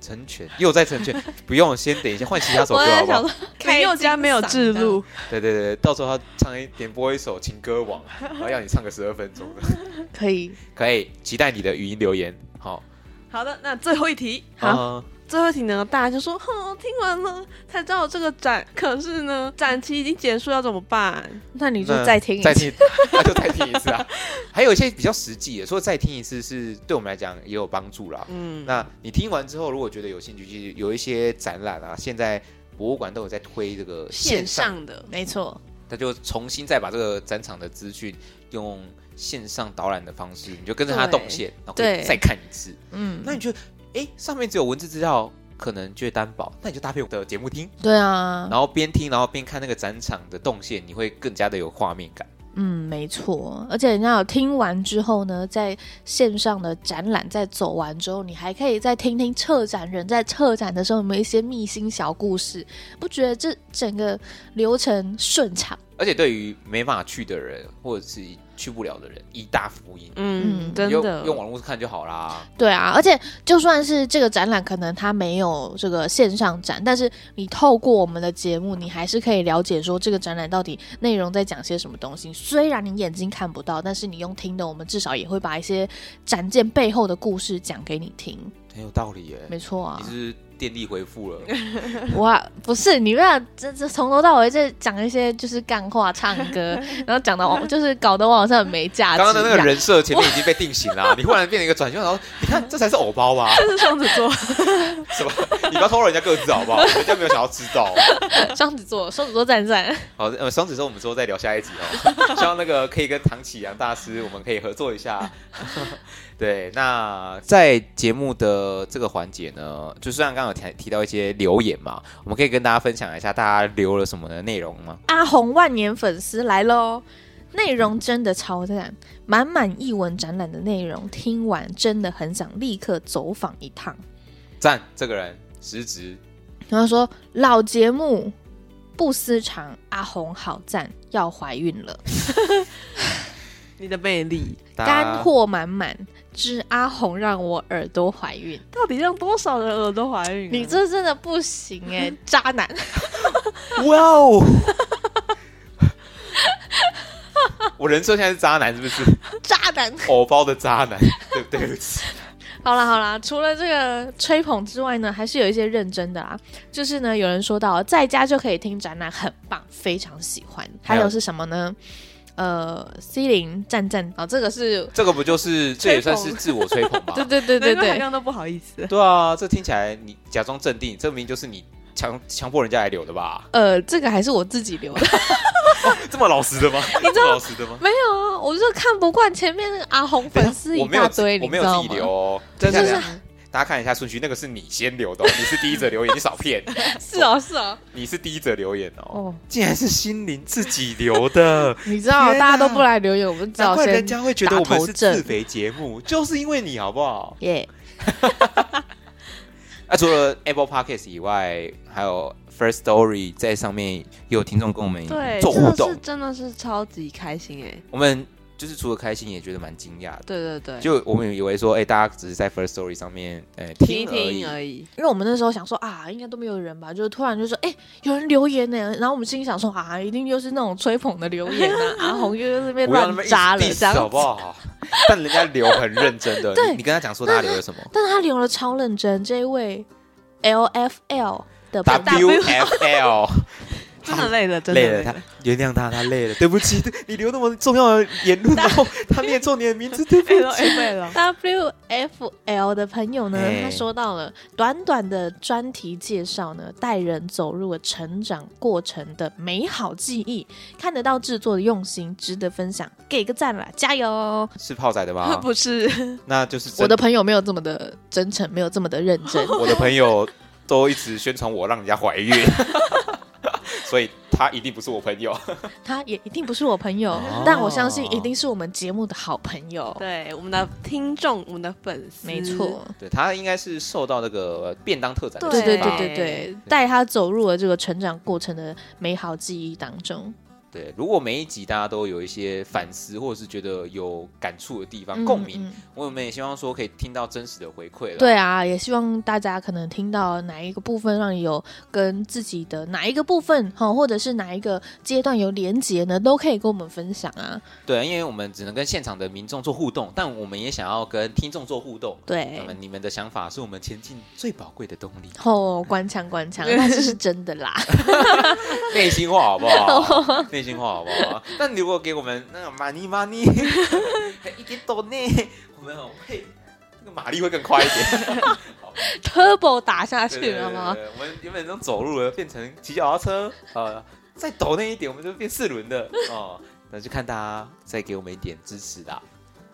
Speaker 2: 成全 [LAUGHS] 又在成全，不用，先等一下换其他首歌好不好？
Speaker 3: 林宥嘉没有制
Speaker 4: 录，
Speaker 3: 录，
Speaker 2: 对对对，到时候他唱一点播一首《情歌
Speaker 4: [LAUGHS]
Speaker 2: 王》，然后要你唱个十二分钟的，
Speaker 4: 啊可以
Speaker 2: 可以期待你的语音留言。好，
Speaker 3: 好的，那最后一题，
Speaker 2: 啊，
Speaker 3: 最后一题呢，大家就说，哼，听完了才知道有这个展，可是呢，展期已经结束，要怎么办？
Speaker 4: 那你就
Speaker 2: 那
Speaker 4: 再听一
Speaker 2: 再
Speaker 4: 次，
Speaker 2: 听， [LAUGHS] 那就再听一次啊。 [LAUGHS] 还有一些比较实际的，说再听一次是对我们来讲也有帮助啦。
Speaker 3: 嗯，
Speaker 2: 那你听完之后，如果觉得有兴趣，其实有一些展览啊，现在博物馆都有在推这个
Speaker 3: 线
Speaker 2: 上，
Speaker 3: 上的，
Speaker 4: 没错，
Speaker 2: 那就重新再把这个展场的资讯用线上导览的方式，你就跟着它动线，然后可以
Speaker 4: 对
Speaker 2: 再看一次。
Speaker 4: 嗯，
Speaker 2: 那你觉得，哎，上面只有文字资料，可能就会单薄，那你就搭配我们的节目听，
Speaker 4: 对啊，
Speaker 3: 嗯
Speaker 2: 然后边听，然后边看那个展场的动线，你会更加的有画面感。
Speaker 4: 嗯，没错，而且人家有听完之后呢，在线上的展览在走完之后，你还可以再听听策展人在策展的时候有没有一些秘辛小故事，不觉得这整个流程顺畅？
Speaker 2: 而且对于没办法去的人，或者是去不了的人，一大福音。
Speaker 3: 嗯，
Speaker 4: 嗯
Speaker 3: 真
Speaker 2: 用
Speaker 3: 的，
Speaker 2: 用网络看就好啦。
Speaker 4: 对啊，而且就算是这个展览可能它没有这个线上展，但是你透过我们的节目，你还是可以了解说这个展览到底内容在讲些什么东西。虽然你眼睛看不到，但是你用听的，我们至少也会把一些展件背后的故事讲给你听。
Speaker 2: 很有道理耶。
Speaker 4: 没错啊，
Speaker 2: 你是不是电力回
Speaker 3: [LAUGHS]
Speaker 2: 复了，
Speaker 4: 哇，不是，你不要这这从头到尾在讲一些就是干话、唱歌，
Speaker 2: [LAUGHS]
Speaker 4: 然后讲到网就是搞得我好像很没价值。
Speaker 2: 刚刚的那个，人设前面已经被定型了，你忽然变成一个转向，然后你看这才是偶包啊吧？
Speaker 3: 是双子座，
Speaker 2: [LAUGHS] 什么？你不要偷人家个资好不好？人家没有想要知道。 [LAUGHS]
Speaker 4: 双子座，双子座赞赞，
Speaker 2: 好，呃，双子座我们之后再聊下一集哦。 [LAUGHS] 希望那个可以跟唐启阳大师，我们可以合作一下。 [LAUGHS] 对，那在节目的这个环节呢，就虽然刚刚有提提到一些留言嘛，我们可以跟大家分享一下大家留了什么的内容吗？
Speaker 4: 阿红万年粉丝来喽！内容真的超赞，满满一文展览的内容，听完真的很想立刻走访一趟。
Speaker 2: 赞，这个人实质
Speaker 4: 然后说老节目不私藏，阿红好赞，要怀孕了。
Speaker 3: 你的魅力
Speaker 2: 大家
Speaker 4: 干货满满，知阿红让我耳朵怀孕。
Speaker 3: [LAUGHS] 到底让多少人耳朵怀孕啊？
Speaker 4: 你这真的不行哎、
Speaker 2: [LAUGHS]
Speaker 4: 渣男！[LAUGHS]
Speaker 2: [LAUGHS] 哇哦！ [LAUGHS] 我人设现在是渣男，是不是？
Speaker 4: 渣男！
Speaker 2: 偶包的渣男，对对不起。
Speaker 4: 好啦好啦，除了这个吹捧之外呢，还是有一些认真的啦。啊就是呢，有人说到在家就可以听展览，很棒，非常喜欢。
Speaker 2: 还
Speaker 4: 还
Speaker 2: 有
Speaker 4: 有是什么呢？呃，C 零赞赞哦，这个是
Speaker 2: 这个不就是这也算是自我吹捧吧？
Speaker 4: [LAUGHS] 对对对对
Speaker 3: 难怪他刚
Speaker 4: 对，
Speaker 3: 刚都不好意思。
Speaker 2: 对啊，这听起来你假装镇定，证明就是你强强迫人家来留的吧？
Speaker 4: 呃，这个还是我自己留的。
Speaker 2: [LAUGHS] 这么老实
Speaker 4: [LAUGHS]
Speaker 2: 的吗？这么老实的吗？
Speaker 4: 没有啊，我就看不惯前面那个阿红粉丝
Speaker 2: 我
Speaker 4: 一
Speaker 2: 没有
Speaker 4: 大
Speaker 2: 自
Speaker 4: 堆，
Speaker 2: 我
Speaker 4: 你
Speaker 2: 没
Speaker 4: 知
Speaker 2: 有自
Speaker 4: 道
Speaker 2: 己
Speaker 4: 吗？
Speaker 2: 留哦。等一下
Speaker 4: 就是
Speaker 2: 等一下大家看一下顺序，那个是你先
Speaker 4: [LAUGHS]
Speaker 2: 留的、哦，你是第一则留言，你少骗，
Speaker 4: 是哦是哦，
Speaker 2: 你是第一则留言哦，
Speaker 4: 哦，
Speaker 2: 竟然是心灵自己留
Speaker 4: [LAUGHS]
Speaker 2: 的。
Speaker 4: 你知道
Speaker 2: 天
Speaker 4: 大家都
Speaker 2: 哪
Speaker 4: 不来留言，我们只
Speaker 2: 难
Speaker 4: 好
Speaker 2: 怪
Speaker 4: 先
Speaker 2: 人家会觉得我们
Speaker 4: 打
Speaker 2: 是
Speaker 4: 头
Speaker 2: 自
Speaker 4: 阵
Speaker 2: 肥节目，就是因为你好不好？
Speaker 4: 耶。
Speaker 2: 那、除了 Apple Podcast 以外，还有 First Story 在上面也有听众跟我们
Speaker 3: 对，
Speaker 2: 做
Speaker 3: 真
Speaker 2: 互
Speaker 3: 的是
Speaker 2: 动，
Speaker 3: 真的是超级开心哎！
Speaker 2: 我们就是除了开心，也觉得蛮惊讶的。
Speaker 3: 对对对，
Speaker 2: 就我们以为说，哎、大家只是在 First Story 上面，哎、
Speaker 3: 听一
Speaker 2: 听
Speaker 3: 听
Speaker 2: 已。
Speaker 3: 而已。
Speaker 4: 因为我们那时候想说啊，应该都没有人吧，就是突然就说，哎、有人留言呢、然后我们心里想说啊，一定又是那种吹捧的留言啊，
Speaker 3: [LAUGHS]
Speaker 4: 阿红又在那边
Speaker 2: 不要那
Speaker 4: 乱
Speaker 2: 么一直
Speaker 4: 扎了
Speaker 2: diss
Speaker 4: 这样
Speaker 2: 好不
Speaker 4: 子。
Speaker 2: 好？ [LAUGHS] 但人家留很认真的，
Speaker 4: 对
Speaker 2: 你你跟他讲说他留了什么
Speaker 4: [LAUGHS] 但他留了超认真，这一位 L F L 的朋友
Speaker 2: WFL， [LAUGHS]
Speaker 3: 真的累了，真的
Speaker 2: 累了，他原谅他，他累了，对不起，对你留那么重要的言论，然后他念错你的名字，对不
Speaker 3: [LAUGHS]
Speaker 2: 起
Speaker 3: [LAUGHS] 累了，累了。
Speaker 4: [LAUGHS] W F L 的朋友呢
Speaker 2: 哎，
Speaker 4: 他说到了短短的专题介绍呢，带人走入了成长过程的美好记忆，看得到制作的用心，值得分享，给个赞啦，加油！
Speaker 2: 是泡仔的
Speaker 3: [LAUGHS]
Speaker 2: 吧？
Speaker 3: 不是，
Speaker 2: 那就是真。
Speaker 4: 我的朋友没有这么的真诚，没有这么的认真
Speaker 2: 我的朋友都一直宣传我让人家怀 [LAUGHS] 孕，所以他一定不是我朋友。
Speaker 4: 他也一定不是我朋友，
Speaker 2: 哦
Speaker 4: 但我相信一定是我们节目的好朋友。
Speaker 3: 对我们的听众，我们的粉丝，
Speaker 4: 没错，
Speaker 2: 对他应该是受到那个便当特展的
Speaker 4: 对对
Speaker 2: 启发
Speaker 4: 对对对，带他走入了这个成长过程的美好记忆当中。
Speaker 2: 对，如果每一集大家都有一些反思，或者是觉得有感触的地方、
Speaker 4: 嗯
Speaker 2: 啊共鸣，
Speaker 4: 嗯
Speaker 2: 我们也希望说可以听到真实的回馈了。
Speaker 4: 对啊，也希望大家可能听到哪一个部分让你有跟自己的哪一个部分哈，或者是哪一个阶段有连结呢，都可以跟我们分享啊。
Speaker 2: 对，因为我们只能跟现场的民众做互动，但我们也想要跟听众做互动。
Speaker 4: 对
Speaker 2: 那么，你们的想法是我们前进最宝贵的动力，
Speaker 4: 哦，官腔官腔，但是是真的啦。 [LAUGHS]
Speaker 3: [LAUGHS]
Speaker 2: 内心话好不好？内心话好不好？那你如果给我们那个 money money，一点多呢，我们很配，那个马力会更快一点。
Speaker 3: [LAUGHS]
Speaker 4: Turbo 打下去
Speaker 2: 对
Speaker 4: 了
Speaker 3: 啊
Speaker 4: 吗？？
Speaker 2: 对对对对我们原本都走路了，变成骑脚踏车，呃，再抖那一点，我们就变四轮的哦。那就看大家再给我们一点支持啦。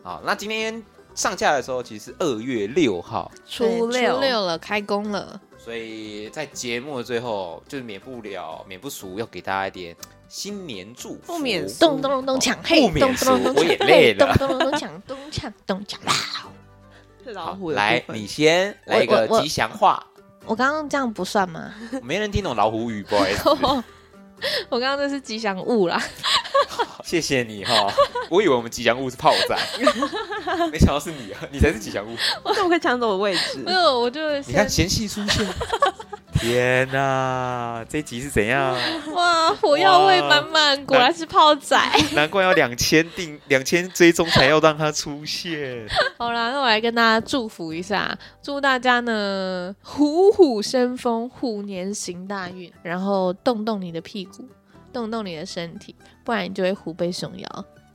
Speaker 2: 好，那今天上架的时候其实是二月六号，
Speaker 4: 对
Speaker 3: 初六，
Speaker 4: 初六了，开工了，
Speaker 2: 所以在节目的最后，就是免不了、免不俗，要给大家一点新年祝福。
Speaker 3: 不免俗
Speaker 4: 咚咚咚咚抢嘿，
Speaker 2: 哦不
Speaker 4: 咚
Speaker 2: 免
Speaker 4: 咚咚
Speaker 2: 俗
Speaker 4: 咚
Speaker 2: 我
Speaker 4: 抢
Speaker 2: 也累
Speaker 4: 嘿，
Speaker 2: 了
Speaker 4: 咚咚咚咚抢咚抢咚抢啦。
Speaker 3: 是老
Speaker 2: 好
Speaker 3: 虎，的
Speaker 2: 来
Speaker 3: 部，分
Speaker 2: 你先来一个
Speaker 4: 我我
Speaker 2: 吉祥话，
Speaker 4: 我刚刚这样不算
Speaker 2: [LAUGHS]
Speaker 4: 吗？
Speaker 2: 没人听懂老虎语，不好意思，
Speaker 4: 我刚刚那是吉祥物啦。
Speaker 2: [LAUGHS] 谢谢你哈。我以为我们吉祥物是炮
Speaker 4: [LAUGHS]
Speaker 2: 仔，没想到是你啊，你才是吉祥物。
Speaker 3: 怎么会抢走我位置
Speaker 4: [LAUGHS]
Speaker 2: [LAUGHS]
Speaker 4: 没？有，我就
Speaker 2: 你
Speaker 4: 先
Speaker 2: 看嫌隙出
Speaker 4: [LAUGHS]
Speaker 2: 现，天哪、这一集是怎样？
Speaker 4: 哇，火药味
Speaker 2: 哇
Speaker 4: 满满，果然是炮仔。 [LAUGHS]
Speaker 2: 难怪要两千定两千追踪才要让它出现。
Speaker 4: 好啦，那我来跟大家祝福一下，祝大家呢虎虎生风，虎年行大运，然后动动你的屁股，动动你的身体，不然你就会虎背熊腰。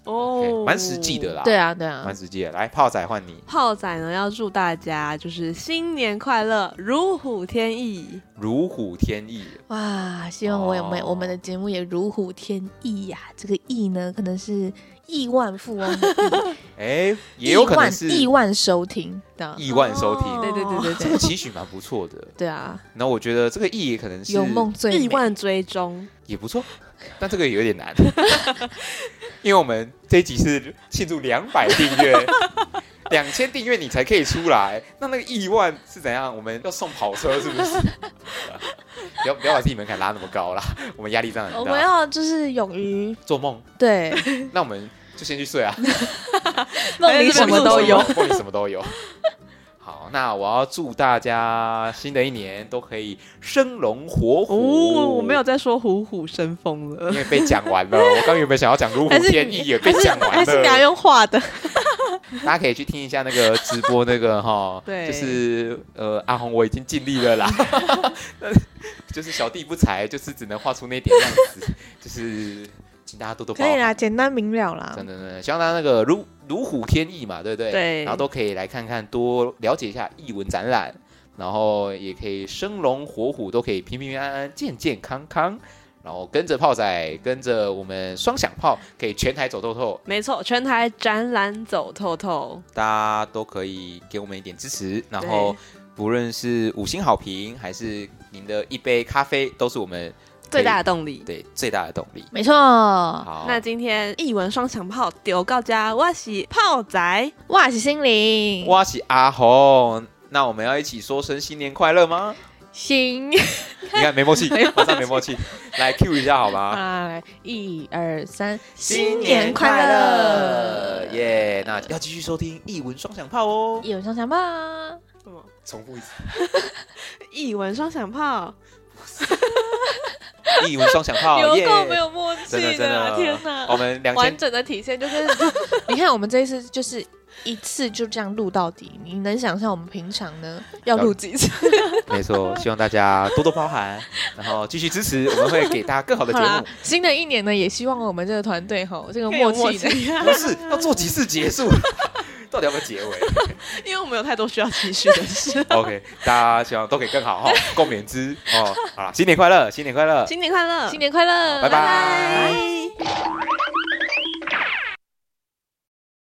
Speaker 3: 哦
Speaker 2: OK，蛮实际的啦，
Speaker 4: 哦对，啊，对啊
Speaker 2: 蛮，实际的。来，炮仔换你，
Speaker 3: 炮仔呢，要祝大家就是新年快乐，如虎添翼。
Speaker 2: 如虎添翼。
Speaker 4: 哇，希望我有没有
Speaker 2: 哦
Speaker 4: 我们的节目也如虎添翼呀、这个翼呢，可能是亿万富翁
Speaker 2: [LAUGHS]
Speaker 4: 的亿，
Speaker 2: 哎，也有可能是
Speaker 4: 亿万亿哦万收听的。
Speaker 2: 亿哦万收听，
Speaker 3: 对对对对
Speaker 2: 这
Speaker 3: 对，
Speaker 2: 个期许蛮不错的。
Speaker 4: 对啊，
Speaker 2: 那我觉得这个意也可能是
Speaker 4: 有梦最
Speaker 3: 亿
Speaker 4: 美。
Speaker 3: 万追踪，
Speaker 2: 也不错，但这个有点难， [LAUGHS] 因为我们这一集是庆祝两百订阅，两千订阅你才可以出来。那那个亿万是怎样？我们要送跑车是不是？ [LAUGHS] 不要不要把自己门槛拉那么高啦， [LAUGHS] 我们压力这样
Speaker 4: 哦我
Speaker 2: 很
Speaker 4: 们
Speaker 2: 大。
Speaker 4: 要就是勇于
Speaker 2: 做梦，
Speaker 4: 对
Speaker 2: 那我们就先去睡
Speaker 4: [LAUGHS]
Speaker 2: 啊，
Speaker 4: 梦里什么都有。
Speaker 2: [LAUGHS] 梦里什么都有。好，那我要祝大家新的一年都可以生龙活
Speaker 3: 哦，
Speaker 2: 虎。
Speaker 3: 我没有在说虎虎生风了
Speaker 2: [LAUGHS] 因，为被讲完了，我刚原本想要讲如虎
Speaker 3: 还是
Speaker 2: 添翼，也被讲完
Speaker 3: 还是你要
Speaker 2: 了。
Speaker 3: 用画的？
Speaker 2: 大家可以去听一下那个直播那个哈，
Speaker 3: [LAUGHS] 对
Speaker 2: 就是呃阿红我已经尽力了啦， [LAUGHS] 就是小弟不才，就是只能画出那点样子，就是请大家多多包
Speaker 4: 可以
Speaker 2: 涵。
Speaker 4: 啦，简单明了啦
Speaker 2: 真。的真的，希望大家那个如如虎添翼嘛，对不对？
Speaker 3: 啊对
Speaker 2: 然后都可以来看看，多了解一下艺文展览，然后也可以生龙活虎，都可以平平安安、健健康康。然后跟着炮仔，跟着我们双响炮，可以全台走透透，
Speaker 3: 没错，全台展览走透透，
Speaker 2: 大家都可以给我们一点支持。然后不论是五星好评，还是您的一杯咖啡，都是我们
Speaker 3: 最大的
Speaker 2: 的
Speaker 3: 动力。
Speaker 2: 对最大的动力。
Speaker 4: 没错，
Speaker 2: 好，
Speaker 3: 那今天一文双响炮丢告家，我是炮仔，
Speaker 4: 哇，是心灵，
Speaker 2: 我是阿红，那我们要一起说声新年快乐吗？
Speaker 4: 心
Speaker 2: [LAUGHS] 你看没默契，
Speaker 4: [LAUGHS] 没默契
Speaker 2: 马上没默契，来 Q 一下好吗？
Speaker 4: 啊，一二三，
Speaker 2: 耶！那要继续收听译文双响
Speaker 4: [LAUGHS]
Speaker 2: 炮哦，
Speaker 4: 有上想吧。
Speaker 3: 什么？
Speaker 2: 重复
Speaker 3: [LAUGHS]
Speaker 2: 一次，
Speaker 3: 一文双响炮，
Speaker 2: 译文双响炮，耶
Speaker 4: [LAUGHS] 有！够没有默
Speaker 2: 真
Speaker 4: 契
Speaker 2: 的真的，
Speaker 4: 天
Speaker 2: 我
Speaker 4: 哪！
Speaker 2: 们两
Speaker 4: 完
Speaker 2: 千
Speaker 4: 整的体现就是， [LAUGHS] 你看我们这一次就是一次就这样录到底，你能想象我们平常呢要录几
Speaker 2: [LAUGHS]
Speaker 4: 次？
Speaker 2: [LAUGHS] 没错，希望大家多多包涵，然后继续支持，我们会给大家更好的节
Speaker 4: 好啦
Speaker 2: 目。，
Speaker 4: 新的一年呢，也希望我们这个团队吼，这个
Speaker 3: 更有
Speaker 4: 默契呢，
Speaker 2: 不是要做几次结束？ [LAUGHS] 到底要不
Speaker 4: [LAUGHS]
Speaker 2: 要结尾
Speaker 3: [LAUGHS] 因为我们有太多需要期许的 [LAUGHS] 事。
Speaker 2: ？OK，大家希望都可以更好哈，共勉之哦。好啦，新年快乐，新年快乐，
Speaker 3: 新年快乐，
Speaker 4: 新年快乐，
Speaker 2: 拜拜。